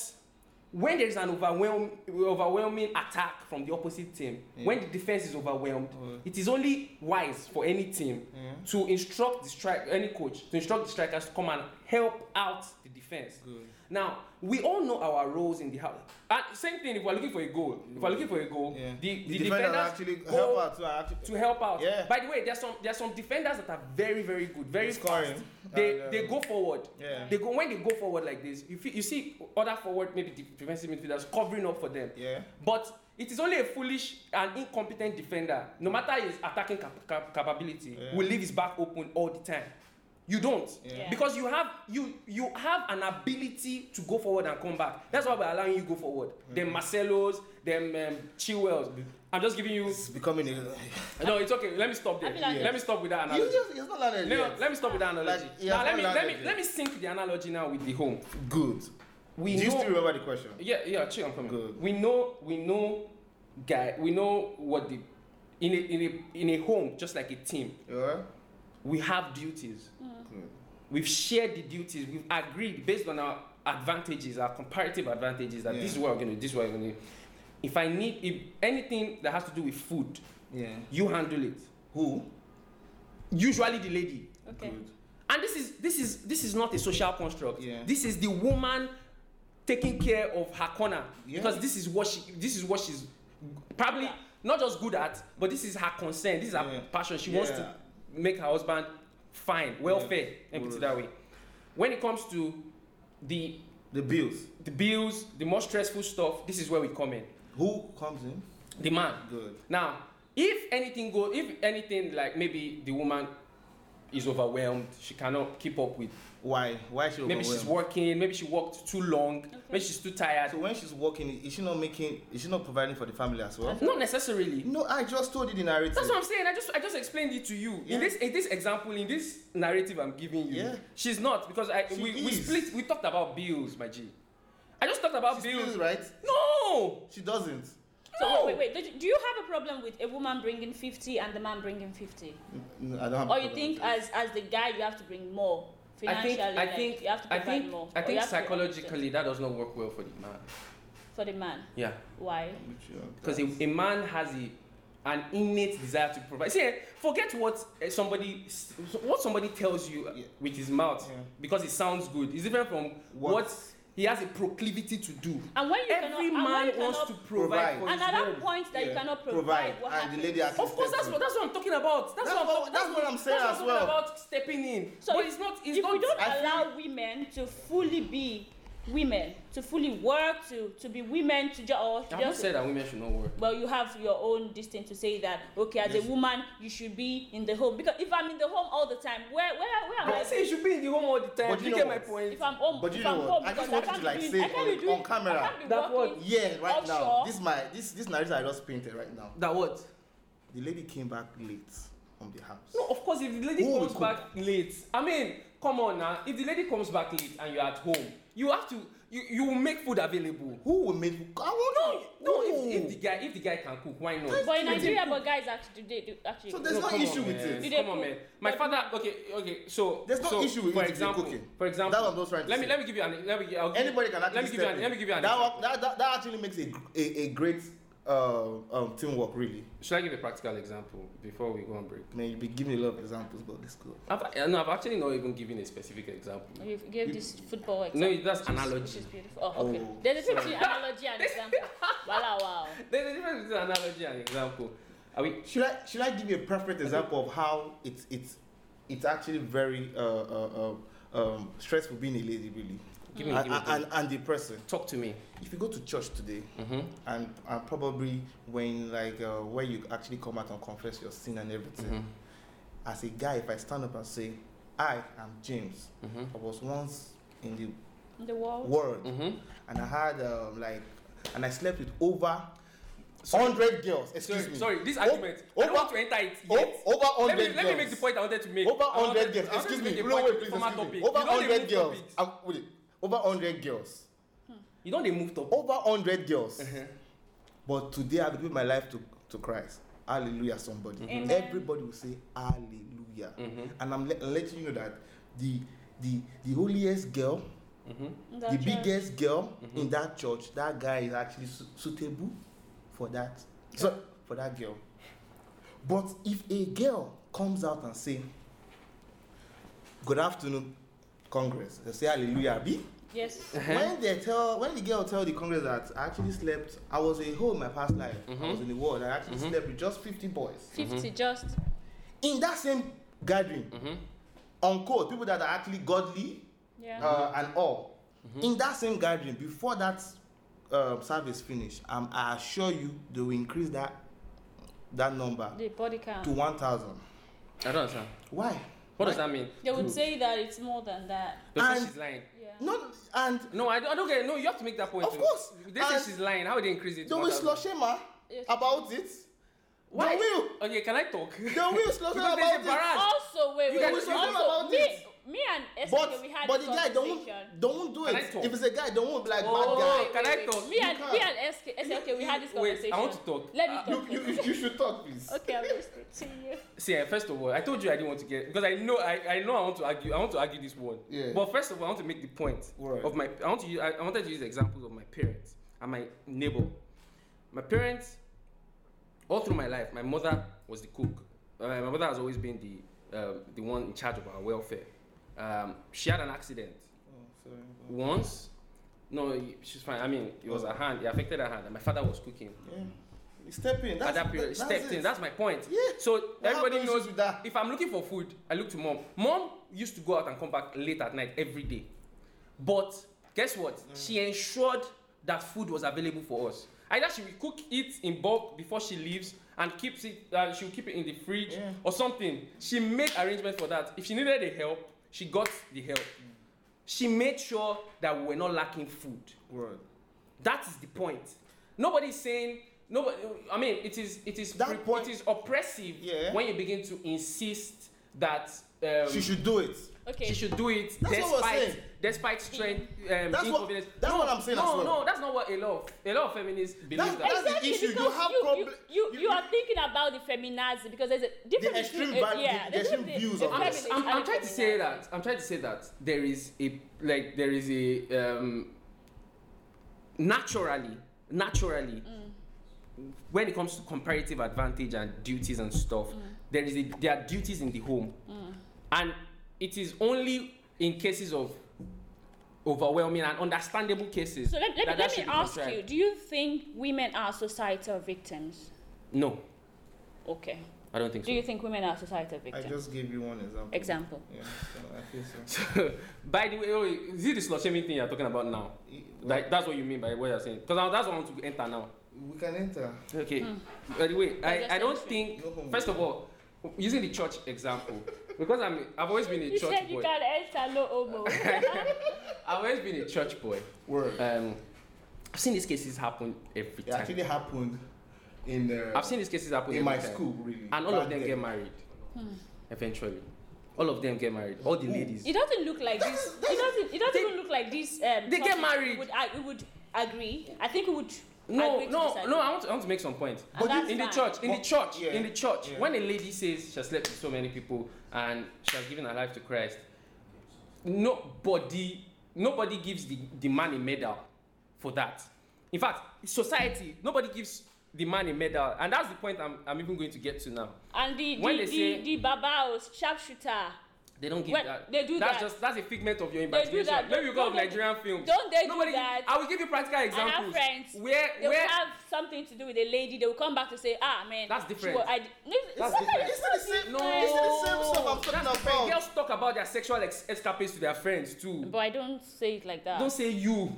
C: when there is an overwhelm overwhelming attack from the opposite team, when the defense is overwhelmed,
D: Mm.
C: it is only wise for any team
D: yeah
C: to instruct the strike any coach to instruct the strikers to come and help out the defense.
D: good
C: Now we all know our roles in the house. And same thing if we're looking for a goal. If we're looking for a goal,
D: yeah
C: the, the,
D: defender
C: defenders
D: actually
C: go
D: help out to actually
C: to help out.
D: Yeah.
C: By the way, there's some there's some defenders that are very very good, very
D: Scoring.
C: fast. They
D: And,
C: they
D: um,
C: go forward.
D: yeah.
C: They go when they go forward like this. You feel, you see other forward maybe def- defensive midfielders covering up for them.
D: yeah
C: But it is only a foolish and incompetent defender, no matter his attacking cap- cap- capability,
D: Yeah.
C: will leave his back open all the time. You don't.
D: Yeah.
B: Yeah.
C: Because you have you you have an ability to go forward and come back. That's why we're allowing you go forward.
D: Mm.
C: Them Marcelos, them um, Chilwells. I'm just giving you
D: it's becoming a
C: no, it's okay. Let me stop there.
B: I feel like-
C: Let me stop with that
D: you
C: analogy.
D: just it's not landed
C: let, me,
D: yet.
C: let me stop with that analogy.
D: Like, yeah,
C: now, let me let me
D: analogy.
C: let me sync the analogy now with the home.
D: good
C: We
D: do you
C: know.
D: still remember the question
C: yeah, yeah. Chill, I'm coming.
D: Good.
C: We know. We know. Guy, we know what the in a in a in a home just like a team.
D: yeah
C: We have duties.
D: good
C: We've shared the duties. We've agreed based on our advantages, our comparative advantages that
D: Yeah.
C: this is what we're gonna do, this is what we're gonna do. If I need if anything that has to do with food,
D: Yeah.
C: you handle it. Who? Usually the lady.
B: Okay.
D: Good.
C: And this is this is this is not a social construct.
D: Yeah.
C: This is the woman taking care of her corner.
D: Yeah.
C: Because this is what she this is what she's probably
B: Yeah.
C: not just good at, but this is her concern. This is her
D: Yeah.
C: passion. She wants to
D: Yeah.
C: make her husband fine, welfare, and put it
D: Good.
C: that way. When it comes to the
D: The bills.
C: the bills, the more stressful stuff, this is where we come in.
D: Who comes in?
C: The man.
D: Good.
C: Now, if anything go, if anything like maybe the woman is overwhelmed, she cannot keep up with.
D: Why? Why she
C: Maybe she's
D: overwhelmed?
C: working. Maybe she worked too long. Maybe she's too tired.
D: So when she's working, is she not making? Is she not providing for the family as well?
C: Not necessarily.
D: No, I just told you the narrative.
C: That's what I'm saying. I just I just explained it to you.
D: Yeah.
C: In this in this example, in this narrative I'm giving you,
D: Yeah.
C: she's not because I
D: She
C: we, we
D: is.
C: split we talked about bills, my G. I just talked about
D: She
C: bills.
D: steals, right?
C: No.
D: She doesn't.
B: So
C: No.
B: wait, wait, wait. Do you- Do you have a problem with a woman bringing fifty and the man bringing fifty,
D: No, I don't have. a
B: or you
D: problem
B: think
D: with it.
B: as as the guy you have to bring more
C: I
B: financially?
C: think I
B: like,
C: think
B: you have to
C: I
B: provide
C: think
B: more.
C: I
B: or
C: think
B: you have to-
C: psychologically that does not work well for the man.
B: for the man.
C: Yeah.
B: Why?
D: Which, uh,
C: because a, a man has a an innate desire to provide. See, eh, forget what eh, somebody s- what somebody tells you eh,
D: Yeah.
C: with his mouth
D: Yeah.
C: because it sounds good. It's different from what,
D: What-
C: he has a proclivity to do.
B: And when you cannot,
C: Every
B: and when you
C: man
B: cannot,
C: wants to provide,
D: Provide.
C: for
B: and
C: his
B: at that
C: own.
B: point that you
D: Yeah.
B: cannot provide,
D: Provide,
B: what
D: and the
B: happens?
D: lady actually
C: Of course, that's what that's what I'm talking about. That's,
D: That's
C: what, I'm
D: what-
C: talk-
D: that's what I'm saying
C: that's
D: as
C: what I'm
D: well.
C: talking about stepping in.
B: So
C: but
B: if-
C: it's not. It's
B: if
C: not.
B: we don't
D: I feel-
B: allow women to fully be women, to fully work, to to be women, to ju- or
C: I've not
B: just
C: said that women should not work.
B: well, you have your own distance to say that okay, as
D: Yes.
B: a woman, you should be in the home because if I'm in the home all the time, where where where am
C: I
B: I?
C: say you should be in the home all the time.
D: But
C: you
D: you know
C: get my
D: what?
C: point.
B: If I'm home,
D: But you
B: if
D: know
B: I'm
D: what?
B: home,
D: I just
B: because
D: want you to,
B: can't
D: like,
B: be doing-
D: say
B: I can't
D: on-
B: be doing-
D: on camera.
B: I can't be
C: That
B: working.
C: word.
D: Yeah, right now.
B: Offshore.
D: This my this this narrative I just painted right now.
C: that what?
D: The lady came back late from the house.
C: No, of course, if the lady
D: Who will
C: comes
D: cook?
C: back late, I mean, come on now. If the lady comes back late and you're at home, you have to you you will make food available.
D: Who will make? I
C: No,
D: want
C: no. If, if the guy if the guy can cook, why not?
B: But in Nigeria, but guys actually do, do actually.
D: So
B: do.
D: there's
C: No,
D: no
C: come
D: issue
C: on,
D: with
C: man.
D: it.
B: Do they
C: Come on,
B: cook?
C: man. My
B: But-
C: father. Okay, okay. So
D: There's no
C: so,
D: issue with
C: for
D: it if you
C: example,
D: cook it.
C: For example,
D: That's what I'm just trying to
C: let me
D: say.
C: let me give you an let me I'll, give-
D: Anybody can actually
C: let me give you
D: step
C: an,
D: in.
C: let me give you an
D: that,
C: example.
D: one- that, that, that actually makes a, a, a great uh, um, teamwork, really.
C: Should I give a practical example before we go on break?
D: I mean, you've been giving a lot of examples, but let's go.
C: I've, uh, no, I've actually not even given a specific example.
B: You gave this football example.
C: No, that's
B: which is-
C: analogy.
B: Which is beautiful. Oh, okay.
D: Oh,
B: There's a difference between analogy and example. Wow, wow.
C: There's a difference between analogy and example. Are we?
D: Should I should I give you a perfect example of how it's it's it's actually very uh, uh, uh, um, stressful being a lady, really,
C: Give me,
D: and,
C: give me.
D: and, and the person.
C: talk to me.
D: If you go to church today,
C: Mm-hmm.
D: and, and probably when like uh, where you actually come out and confess your sin and everything,
C: Mhm.
D: as a guy, if I stand up and say, I am James,
C: Mhm.
D: I was once in the
B: In the world.
D: world,
C: Mm-hmm.
D: and I had um, like, and I slept with over hundred girls. Excuse
C: Sorry,
D: me.
C: sorry, this
D: O-
C: argument. I don't
D: over-
C: want to enter it
D: O-
C: yet.
D: over
C: let, me,
D: hundred girls.
C: let me make the point I wanted to make.
D: Over
C: I wanted-
D: hundred girls.
C: I wanted to
D: Excuse
C: make
D: me.
C: a
D: No,
C: point
D: wait,
C: with
D: please.
C: former
D: Excuse me.
C: topic.
D: Over
C: You don't remove
D: hundred girls.
C: topics.
D: I'm, wait, over hundred girls.
C: You don't remove topic.
D: Over hundred girls.
C: Uh-huh.
D: But today I give my life to, to Christ. Hallelujah, somebody.
B: Amen.
D: Everybody will say hallelujah.
C: Mhm.
D: And I'm le- letting you know that the the the holiest girl,
B: In
D: the
B: that church.
D: biggest girl in that church, that guy is actually su- suitable for that. So for that girl. But if a girl comes out and say, Good afternoon, Congress, they say hallelujah, Abi.
B: Yes.
D: When they tell, when the girl tell the Congress that I actually slept, I was a hoe in my past life. I was in the world. I actually slept with just fifty boys
B: 50
C: Mm-hmm.
B: just.
D: in that same gathering. Unquote, people that are actually godly
B: Yeah.
D: uh, and all. In that same gathering, before that um, service finish, um, I assure you they will increase that that number
B: the body count.
D: to one thousand.
C: I don't understand.
D: Why?
C: What does that mean?
B: They would say that it's more than that.
C: Because
D: And-
C: she's lying.
B: Yeah.
D: No, and
C: No, I don't, I don't get it. No, you have to make that point.
D: Of
C: too.
D: course.
C: They say
D: And-
C: she's lying. How would they increase it?
D: they
C: to
D: will
C: 1,000?
D: slush her
B: Yes.
D: about it.
C: Why?
D: They will.
C: Okay, can I talk?
D: They will slush
C: Because
D: her
C: there's a
D: about it.
C: barrage.
B: Also, wait,
C: You
B: wait.
C: guys
B: wait.
D: should know
B: also,
D: about
B: me,
D: this.
B: me and SK,
E: But
B: we had
E: but
B: this
E: the guy don't
B: conversation.
E: don't do
C: Can
E: it.
C: I talk?
E: If it's a guy, don't be like
C: Oh,
E: bad
C: can I
B: wait,
C: talk?
B: Me and,
E: You
B: me and SK, SK, we had this conversation.
C: Wait, I want to talk.
B: Let me
C: Uh,
B: talk.
D: You, you, you should talk, please.
B: okay, I'm listening to you.
C: See, eh, first of all, I told you I didn't want to get because I know I, I know I want to argue. I want to argue this one.
D: Yeah.
C: But first of all, I want to make the point
D: Right.
C: of my. I want to use, I, I wanted to use examples of my parents and my neighbor. My parents, all through my life, my mother was the cook. Uh, my mother has always been the um the one in charge of our welfare. Um, she had an accident
D: Oh, sorry.
C: once. No, she's fine. I mean, it was her hand. It affected her hand. And my father was cooking
D: Yeah. You Step in. That's,
C: at that period.
D: that-
C: stepped
D: that's
C: in.
D: it.
C: That's my point.
D: Yeah.
C: So
D: I have no
C: everybody
D: issues
C: knows
D: with that.
C: If I'm looking for food, I look to mom. Mom used to go out and come back late at night every day. But guess what?
D: Mm.
C: She ensured that food was available for us. Either she will cook it in bulk before she leaves and keeps it, uh, she'll keep it in the fridge
D: Yeah.
C: or something. She made arrangements for that. If she needed the help, she got the help.
D: Mm.
C: She made sure that we were not lacking food.
D: Word.
C: That is the point. Nobody's saying nobody. I mean, it is it is
E: That
C: pre-
E: point-
C: it is oppressive
D: Yeah.
C: when you begin to insist that um,
E: She should do it.
B: Okay.
C: she should do it
E: That's what we're
C: despite
E: saying.
C: despite strength. Um,
E: That's what-
C: inconvenience.
E: that's
C: no,
E: what I'm saying
C: No,
E: as well.
C: no, that's not what a lot of a lot of feminists believe.
E: That's-
C: that.
E: that's- the
B: Exactly,
E: issue. You
B: because
E: have
B: you,
E: problem-
B: You, you,
E: you-
B: you,
E: you-
B: are thinking about the feminazi because there's a difference
E: extreme
B: between, uh,
E: val-
B: yeah,
E: the- the
B: there's
E: extreme
B: a-
E: views
B: a
E: of
C: I'm,
B: feminist
C: just, I'm,
B: and
C: I'm
B: a
C: trying to say
B: feminazi.
C: that I'm trying to say that there is a like there is a um, naturally naturally
B: Mm.
C: when it comes to comparative advantage and duties and stuff
B: Mm.
C: there is a, there are duties in the home and it is only in cases of overwhelming and understandable cases
B: So let, let, me
C: that that
B: let me
C: should be
B: ask
C: prescribed.
B: you: Do you think women are societal victims?
C: no
B: Okay.
C: I don't think
B: Do you think women are societal
D: I
B: victims?
D: just gave you one example.
B: Example.
D: Yeah, so I feel so.
C: so by the way oh, is it the slut shaming thing you're talking about now
D: E- well,
C: Like that's what you mean by what you're saying. Because that's what I want to enter now.
D: we can enter.
C: Okay.
B: Hmm.
C: By the way,
B: That's
C: I, I don't
B: interesting.
C: think
D: No homo.
C: first of all, using the church example, because I'm I've always been a
B: You
C: church
B: said you
C: boy.
B: can enter no homo.
C: I've always been a church boy.
D: Word.
C: Um I've seen these cases happen every
D: It
C: time.
D: actually happened in uh,
C: I've seen these cases happen
D: in
C: every
D: my
C: time.
D: school really.
C: And all of
D: back
C: them
D: then.
C: get married.
B: Hmm.
C: Eventually. All of them get married. All the ladies.
B: it doesn't look like this. It doesn't. It doesn't even look like this. Um,
C: They get
B: topic
C: married.
B: Would I, we would agree? I think we would.
C: No,
B: agree to
C: no,
B: disagree.
C: no. I want, to, I want to make some point.
B: But But this-
C: in the
B: that's
C: church, in the
D: But-
C: church,
D: yeah,
C: in the church,
D: yeah.
C: when a lady says she has slept with so many people and she has given her life to Christ, nobody, nobody gives the, the man a medal for that. In fact, society, nobody gives the man a medal, and that's the point I'm, I'm even going to get to now.
B: And the the
C: When
B: the,
C: they say-
B: the babaos sharpshooter.
C: They don't give
B: Well,
C: that.
B: they do
C: that's
B: that.
C: just that's a figment of your
B: They do
C: imagination.
B: that.
C: Maybe you go
B: Don't
C: of
B: they-
C: Nigerian films.
B: don't they do
C: Nobody-
B: that?
C: I will give you practical
B: have
C: examples.
B: friends.
C: Where
B: They will
C: where
B: have something to do with a lady. They will come back to say, ah man.
C: That's
B: she
C: different.
B: was- I, di- no,
C: That's
B: sometimes
C: different.
B: it's
E: It's not the same.
C: No,
E: It's the same stuff I'm talking
C: That's
E: about.
C: different. Girls talk about their sexual ex- escapades to their friends too.
B: But I don't say it like that.
C: Don't say you.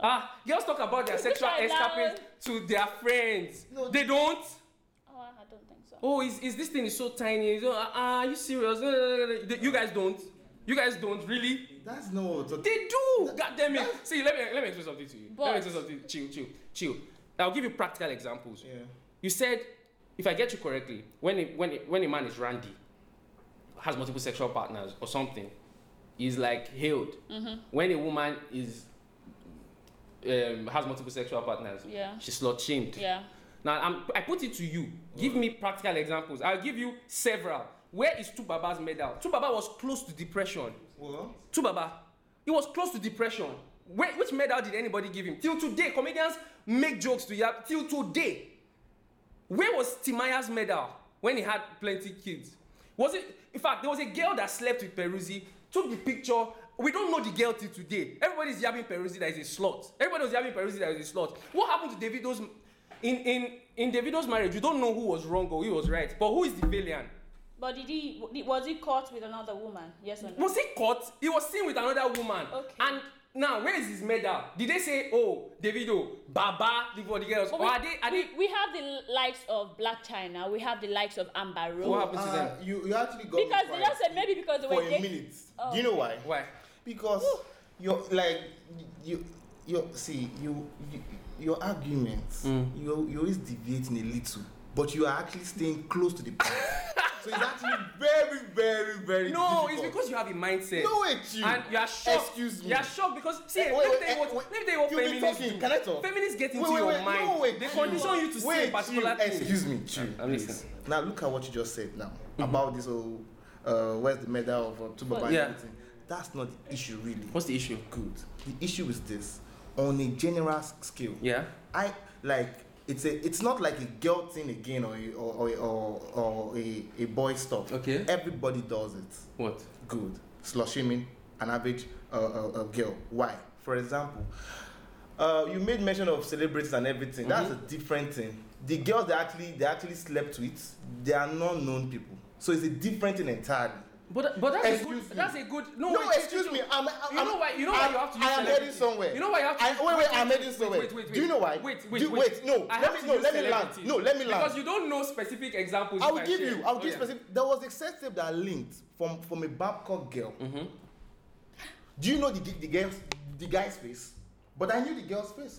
C: Ah, girls talk about their sexual
B: Leave her
C: escapades to their friends. They don't.
B: Oh, I don't think so.
C: Oh, is, is this thing is so tiny? Is- oh, ah, ah, are you serious? No, no, no, no, no. You guys don't. You guys don't really.
D: That's not what we're talking-
C: They do. God damn it. See, let me let me explain something to you. let
B: But-
C: me explain something. Chill, chill, chill. I'll give you practical examples.
D: Yeah.
C: You said, if I get you correctly, when a, when a, when a man is randy, has multiple sexual partners or something, is like hailed.
B: Mm-hmm.
C: When a woman is um, has multiple sexual partners,
B: Yeah.
C: she's slut shamed.
B: Yeah.
C: Now I'm, I put it to you. Give me practical examples. I'll give you several. Where is Tubaba's medal? Tubaba was close to depression.
D: Well,
C: Tubaba, he was close to depression. Where, which medal did anybody give him? Till today, comedians make jokes to yap. Till today, where was Timaya's medal when he had plenty kids? Was it? In fact, there was a girl that slept with Peruzzi, took the picture. We don't know the girl till today. Everybody's yapping Peruzzi that is a slut. Everybody was yapping Peruzzi that is a slut. What happened to Davido's? In in in Davido's marriage, you don't know who was wrong or who was right. But who is the villain?
B: But did he w- was he caught with another woman? Yes or no?
C: was he caught he was seen with another woman
B: Okay.
C: and now where is his medal did they say oh davido baba the body girls
B: But
C: or are they are
B: we,
C: they
B: we have the likes of Black China. We have the likes of Amber
C: what
B: Rose.
C: happened to
D: uh,
C: them
D: you, you actually got me
B: Because they
D: quiet
B: just said maybe because they
D: for
B: were
D: a
B: dating-
D: minute.
B: Oh.
D: Do you know why?
C: why
D: Because you're like you you see you, you your
C: Mm.
D: arguments you you always deviating a little, but you are actually staying close to the point. So it's actually very, very, very
C: No,
D: difficult.
C: it's because you have a mindset.
D: No, wait, you.
C: And you are shocked.
D: Excuse me.
C: You are shocked because see,
D: Eh, wait,
C: let me
D: wait,
C: tell you
D: eh,
C: what.
D: wait.
C: let me tell you what
D: You've been
C: feminists
D: talking.
C: do.
D: Can I talk?
C: Feminists get
D: Wait,
C: into
D: wait,
C: your
D: wait.
C: mind.
D: No, wait,
C: they
D: chill.
C: condition you to see
D: Wait,
C: a particular
D: chill.
C: thing.
D: Excuse me, chill.
C: I'm
D: please.
C: listening.
D: Now look at what you just said now about this whole uh, where's the medal of uh, Tuba Bani
C: Mm-hmm. Yeah.
D: thing. That's not the issue really.
C: What's the issue?
D: Good. The issue is this. On a general s- scale,
C: Yeah.
D: I like it's a it's not like a girl thing again or a- or or, or, or a, a boy stuff.
C: Okay.
D: Everybody does it.
C: What?
D: Good. Slut shaming an average uh, uh, uh, girl. Why? For example, uh, you made mention of celebrities and everything. That's
C: Mm-hmm.
D: a different thing. The girls they actually they actually slept with, they are not known people. So it's a different thing entirely.
C: But but that's a
D: Excuse
C: good.
D: me.
C: That's a good. No,
D: No,
C: wait, wait,
D: excuse
C: wait,
D: me.
C: wait.
D: I'm, I'm,
C: You know why? You know why
D: I'm,
C: you have to. use
D: I am
C: celebrity?
D: heading somewhere.
C: You know why you have to.
D: I, wait, wait, I'm
C: wait,
D: heading somewhere.
C: Wait, wait, wait.
D: Do you know why?
C: Wait, wait,
D: Do you-
C: wait.
D: No,
C: I
D: let
C: have
D: me
C: to
D: no,
C: use
D: let me land.
C: celebrity.
D: No, let me land.
C: Because you don't know specific examples.
D: I will
C: can
D: give
C: share.
D: you. I will
C: Oh,
D: give
C: yeah.
D: specific. There was a sex tape that linked from from a Babcock girl.
C: Mm-hmm.
D: Do you know the the girl's the guy's face? But I knew the girl's face.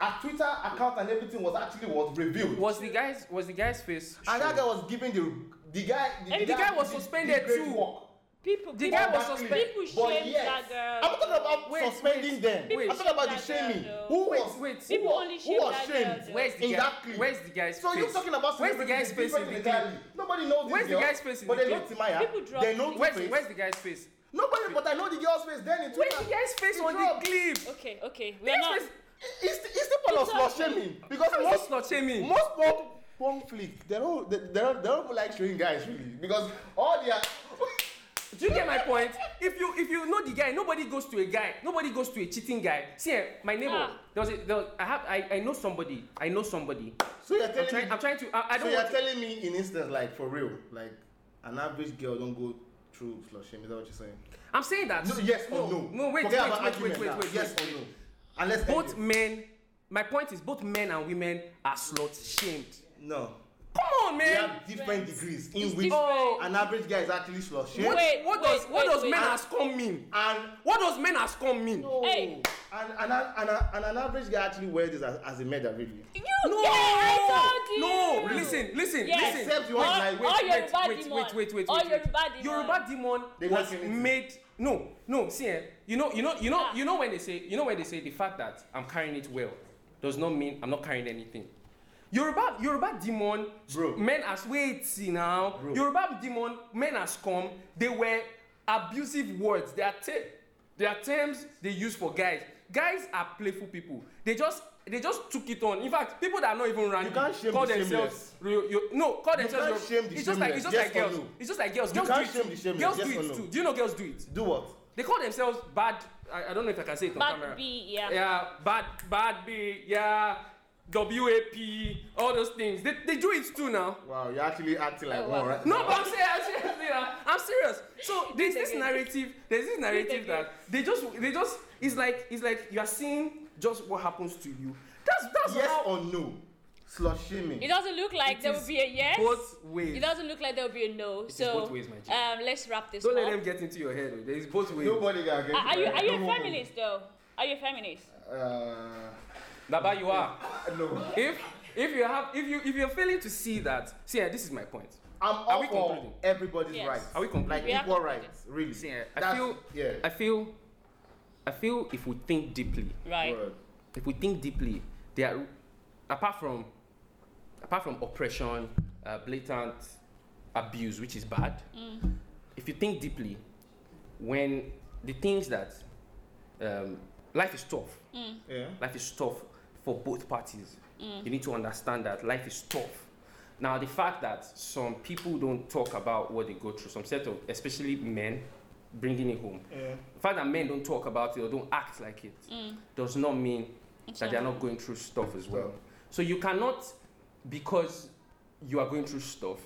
D: Her Twitter account and everything was actually was revealed.
C: Was the guy's was the guy's face?
D: and that
C: shown?
D: guy was giving the the guy the,
B: And the
C: guy was suspended
D: great
C: too.
D: work.
B: People,
C: The
B: people,
C: guy was
D: Exactly.
C: suspended.
B: people
D: But
B: shamed
D: yes,
B: that girl.
D: I'm not talking about
C: Wait,
D: suspending
C: wait,
D: them.
C: wait.
D: I'm talking about the
B: People shamed
D: shaming.
B: that girl,
D: Who
C: Wait,
D: was
C: wait.
D: who
B: People
D: was,
B: only
D: who
B: shamed
D: was
B: that
D: shamed?
B: girl, though.
C: Where's the guy?
D: Exactly.
C: Where's the guy's
D: So
C: face?
D: you're talking about
C: Where's the
D: celebrities
C: guy's face in
D: different
C: the
D: in
C: clip?
D: Italy. Nobody knows this
C: Where's the
D: girl,
C: guy's face in
D: But
C: the
D: they know
C: clip?
B: People
D: Timaya.
B: drop
D: They know
B: it.
D: the
C: Where's
D: face.
C: where's the guy's face?
D: Nobody, but I know the girl's face. Then it
C: Where's the guy's face on the clip?
B: Okay, okay.
C: The
B: We're
C: guy's
B: not.
C: face.
D: It's it's the part of slut
B: Exactly.
D: shaming because
C: How is
D: most
C: this slut shaming?
D: Most porn porn flick, they don't they, they don't they don't like showing guys really because all their
C: Do you get my point? If you if you know the guy, nobody goes to a guy. Nobody goes to a cheating guy. See, eh, my neighbor.
B: Ah.
C: There was a, there was, I have I, I know somebody. I know somebody.
D: so you're
C: I'm
D: telling
C: trying
D: me
C: I'm trying to. I, I
D: so
C: don't.
D: you're
C: want to-
D: telling me in instance like for real like an average girl don't go through slut shaming. Is that what you're saying?
C: I'm saying that.
D: No, yes or no?
C: No, wait,
D: Forget
C: wait,
D: about
C: wait, wait,
D: argument
C: wait,
D: now.
C: wait, wait.
D: Yes or no? And let's end
C: both
D: it.
C: men my point is both men and women are slut shamed
D: no.
C: come on
D: We
C: man
D: have different degrees in
B: It's
D: which
C: oh
D: an average guy is actually slut shamed.
C: what,
B: Wait,
C: what
B: wait,
C: does what
B: wait,
C: does
B: wait.
C: men as come mean
D: And
C: what does men as come mean
D: No.
B: Hey.
D: And, and, a- and, a- and an average guy actually wears this as, as a medal, really.
B: You
C: no
B: yeah, I told
C: no
B: you.
C: listen listen
B: Yes.
C: listen
D: Except you want
B: All-
D: like,
B: all
D: wait,
B: Yoruba
C: wait, wait,
B: demon.
C: wait, wait, wait,
B: All
C: wait.
B: Yoruba demon.
C: Yoruba demon
D: They
C: was
D: can't kill it.
C: made. No, no. See, eh, you know, you know, you know,
B: Ah.
C: you know when they say, you know when they say the fact that I'm carrying it well does not mean I'm not carrying anything. Yoruba, Yoruba demon,
D: Bro.
C: men as wait see now.
D: Bro.
C: Yoruba demon, men as come. They were abusive words. They are te- they are terms they use for guys. Guys are playful people. They just they just took it on. In fact, people that are not even random
D: can't shame
C: call
D: the
C: themselves real, you, no call
D: You
C: themselves.
D: can't
C: real-
D: shame the
C: it's just like it's
D: shameless,
C: just
D: yes
C: like
D: or
C: girls.
D: no?
C: It's just like girls.
D: You
C: girls
D: can't
C: do it
D: shame the
C: too.
D: shameless,
C: Girls
D: yes
C: do
D: or
C: it
D: no?
C: too. Do you know girls do it?
D: Do what?
C: They call themselves bad. I, I don't know if I can say it on
B: Bad
C: camera.
B: B, yeah.
C: Yeah, bad, bad B, yeah, WAP, all those things. They, they do it too now.
D: Wow, you're actually acting like
B: Oh,
D: one
B: wow.
D: right
C: No,
D: now.
C: but I'm serious. I'm serious. yeah. I'm serious. So there's this
B: Again.
C: narrative. There's this narrative that they just, they just. It's like, it's like you are seeing just what happens to you. That's that's
D: Yes
C: how.
D: or no? Slut shaming.
B: It doesn't look like
C: It
B: there
C: is
B: will be a yes.
C: Both ways.
B: It doesn't look like there will be a no.
C: is
B: so
C: both ways, my G.
B: um, let's wrap this
C: Don't
B: up.
C: let them get into your head. oh. There's both ways.
D: Nobody can
B: Are-
D: get
B: are you are you
D: Don't
B: a
D: worry.
B: feminist though? Are you a feminist?
D: Uh,
C: Baba, you are.
D: no.
C: if if you have if you if you're failing to see that see eh, this is my point
D: I'm
C: Are
D: all
C: we
D: for
C: concluding?
D: everybody's
B: Yes.
D: rights.
C: Are we concluding?
D: Like
B: We have
D: equal
B: concluded.
D: rights, really.
C: see eh, i
D: That's-
C: feel
D: Yeah.
C: i feel i feel if we think deeply
B: Right.
D: Word.
C: if we think deeply there are apart from apart from oppression uh, blatant abuse which is bad if you think deeply when the things that um, life is tough
D: Yeah.
C: life is tough for both parties. You need to understand that life is tough. Now, the fact that some people don't talk about what they go through, some set of, especially men, bringing it home.
D: Yeah.
C: The fact that men don't talk about it or don't act like it does not mean that they are not going through stuff as well.
D: Stuff.
C: So you cannot, because you are going through stuff,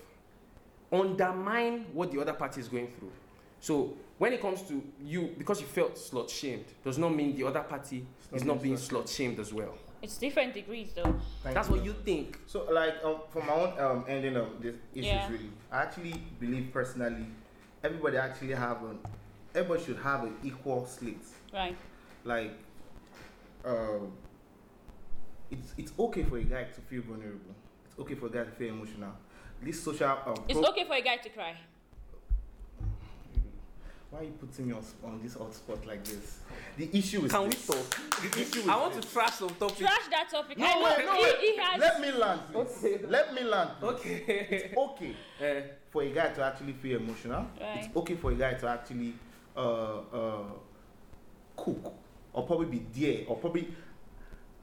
C: undermine what the other party is going through. So when it comes to you, because you felt slut shamed, does not mean the other party
D: not
C: is not
D: being
C: being slut shamed as well.
B: It's different degrees though.
D: Thank
C: That's what you think.
D: So, like, um, for my own um, ending of this issues,
B: Yeah.
D: really, I actually believe personally, everybody actually have an, everybody should have an equal slate.
B: Right.
D: Like, um, it's it's okay for a guy to feel vulnerable. It's okay for a guy to feel emotional. this social um,
B: It's
D: pro-
B: okay for a guy to cry.
D: why are you putting me on, sp- on this hot spot like this? The issue is
C: Can we
D: this.
C: talk?
D: The issue is
C: I want
D: this.
C: to trash some topic.
B: Trash that topic. I
D: No
B: know
D: way, no
B: he,
D: way.
B: he has
D: Let me land, please.
C: Okay.
D: Let me land. please.
C: Okay.
D: Okay
C: Eh,
D: for a guy to actually feel emotional.
B: Right.
D: It's okay for a guy to actually uh, uh, cook or probably be there or probably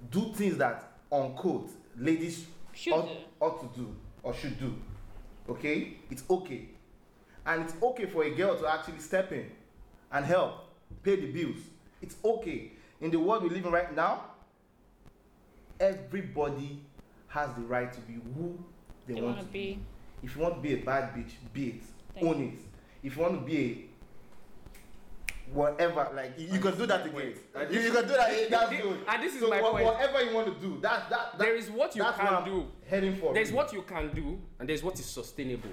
D: do things that, unquote, ladies
B: Should
D: ought,
B: do.
D: ought to do or should do. Okay? It's okay. And it's okay for a girl to actually step in and help pay the bills. It's okay. In the world we live in right now, everybody has the right to be who they,
B: they
D: want
B: want to
D: be.
B: be.
D: If you want to be a bad bitch, be it.
B: Thank
D: Own it. If you want to be a whatever, like you, you can do that again. You, you can do that. eh, That's good.
C: And ah, this is
D: so
C: my
D: wha-
C: point.
D: Whatever you want to do, that that, that
C: there is what you
D: that's what
C: can
D: I'm
C: do.
D: Heading for.
C: There's what you can do, and there's what is sustainable.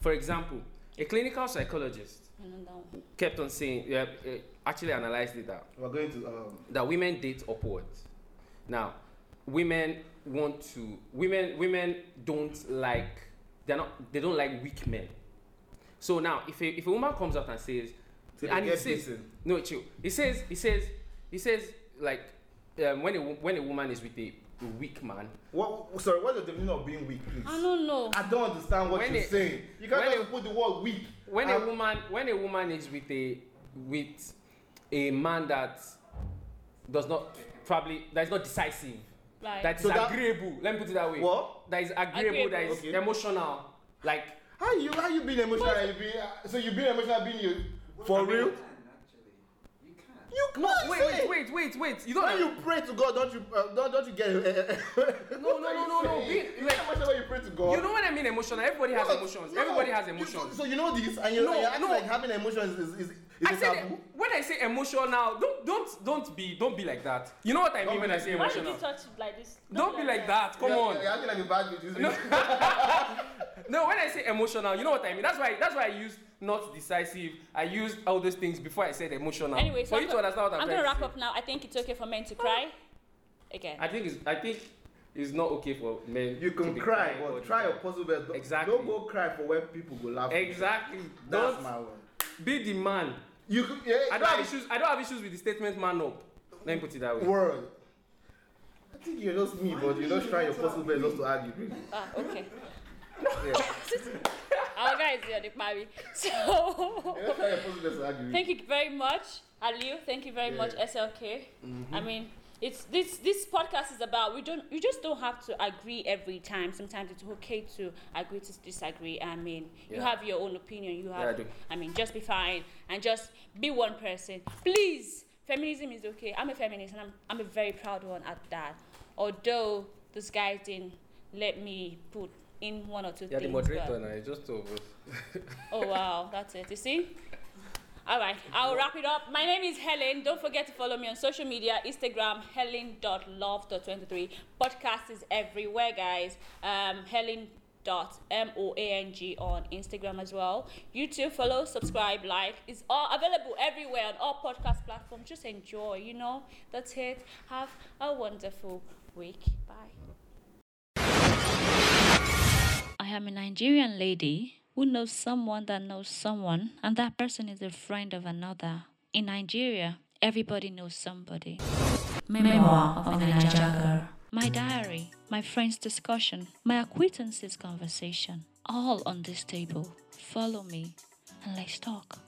C: For example, a clinical psychologist
B: Another one.
C: kept on saying, yeah, uh, actually analyzed it that,
D: we're going to. Um,
C: that women date upwards. Now, women want to, women, women don't like, they're not, they don't like weak men. So now, if a, if a woman comes out and says,
D: So they
C: and it
D: get
C: says,
D: beaten.
C: no, chill. He says, he says, he says, like, um, when a wo- when a woman is with a weak man,
D: what? Sorry. What's the definition of being weak, please?
B: I don't know.
D: I don't understand what
C: When
D: you're
C: it-
D: saying. You can't
C: when
D: just put the word weak.
C: when
D: and-
C: a woman when a woman is with a with a man that does not probably that is not decisive
B: Like,
C: that is
D: So that-
C: agreeable let me put it that way
D: What?
C: that is agreeable, that is
D: Agreeable. Okay.
C: emotional like
D: How you how you being emotional? and You being, uh, so you being emotional being you for real? You can't.
C: wait
D: say.
C: wait wait wait wait you don't
D: when you pray to God, don't you uh, don't, don't you get
C: no, no, no, no. Be-
D: You know how much when you pray to God.
C: you know what I mean emotional everybody has
D: What?
C: emotions
D: No.
C: everybody has
D: You-
C: emotions
D: so you know this, and you
C: No,
D: are acting
C: no.
D: like having emotions is is, is,
C: I
D: a
C: said
D: taboo.
C: when I say emotional don't don't don't be don't be like that you know what I mean when I say
B: why did you
C: emotional
B: touch it like this?
C: don't be like that come
D: You're-
C: on
D: you're acting like a bad bitch. isn't it?
C: No, when I say emotional, you know what I mean. That's why that's why I use not decisive. I used all those things before I said emotional.
B: Anyway, so
C: for
B: I'm,
C: you to
B: go-
C: understand what I'm,
B: I'm
C: trying
B: gonna
C: to
B: wrap
C: say.
B: up now. I think it's okay for men to cry. Again.
C: I think it's I think it's not okay for men.
D: You
C: to
D: can
C: be
D: cry,
C: crying all
D: but
C: the
D: try your
C: time.
D: possible best. Don't-
C: Exactly.
D: Don't go cry for when people go laugh. at you.
C: Exactly.
D: That's
C: Don't
D: my word.
C: be the man.
D: You could- yeah,
C: I don't have
D: like-
C: issues. I don't have issues with the statement man up. Let me put it that way.
D: Word. I think you're just me, but you're just trying your possible best not to argue. really.
B: Ah, okay.
D: Yeah.
B: Our guy is here, the Pabi. So.
D: You're just trying your possible best to argue. really.
B: Thank you very much, Aliu. Thank you very much,
D: Yeah.
B: SLK.
C: Mm-hmm.
B: I mean, it's this this podcast is about we don't you just don't have to agree every time. Sometimes it's okay to agree to disagree. I mean, you
C: Yeah.
B: have your own opinion. You have.
C: Yeah, I do.
B: I mean, just be fine and just be one person, please. Feminism is okay. I'm a feminist and I'm I'm a very proud one at that. Although this guy didn't let me put in one or two
C: Yeah,
B: things.
C: the
B: but-
C: moderator now. It's just two of us.
B: Oh wow, that's it. You see? All right, I'll wrap it up. My name is Helen. Don't forget to follow me on social media Instagram, helen.love.23. Podcast is everywhere, guys. Um, helen dot M O A N G on Instagram as well. YouTube, follow, subscribe, like. It's all available everywhere on all podcast platforms. Just enjoy, you know. That's it. Have a wonderful week. Bye.
A: I am a Nigerian lady who knows someone that knows someone, and that person is a friend of another. In Nigeria, everybody knows somebody. Memoir of a Niger My diary, my friend's discussion, my acquaintances' conversation, all on this table. Follow me and let's talk.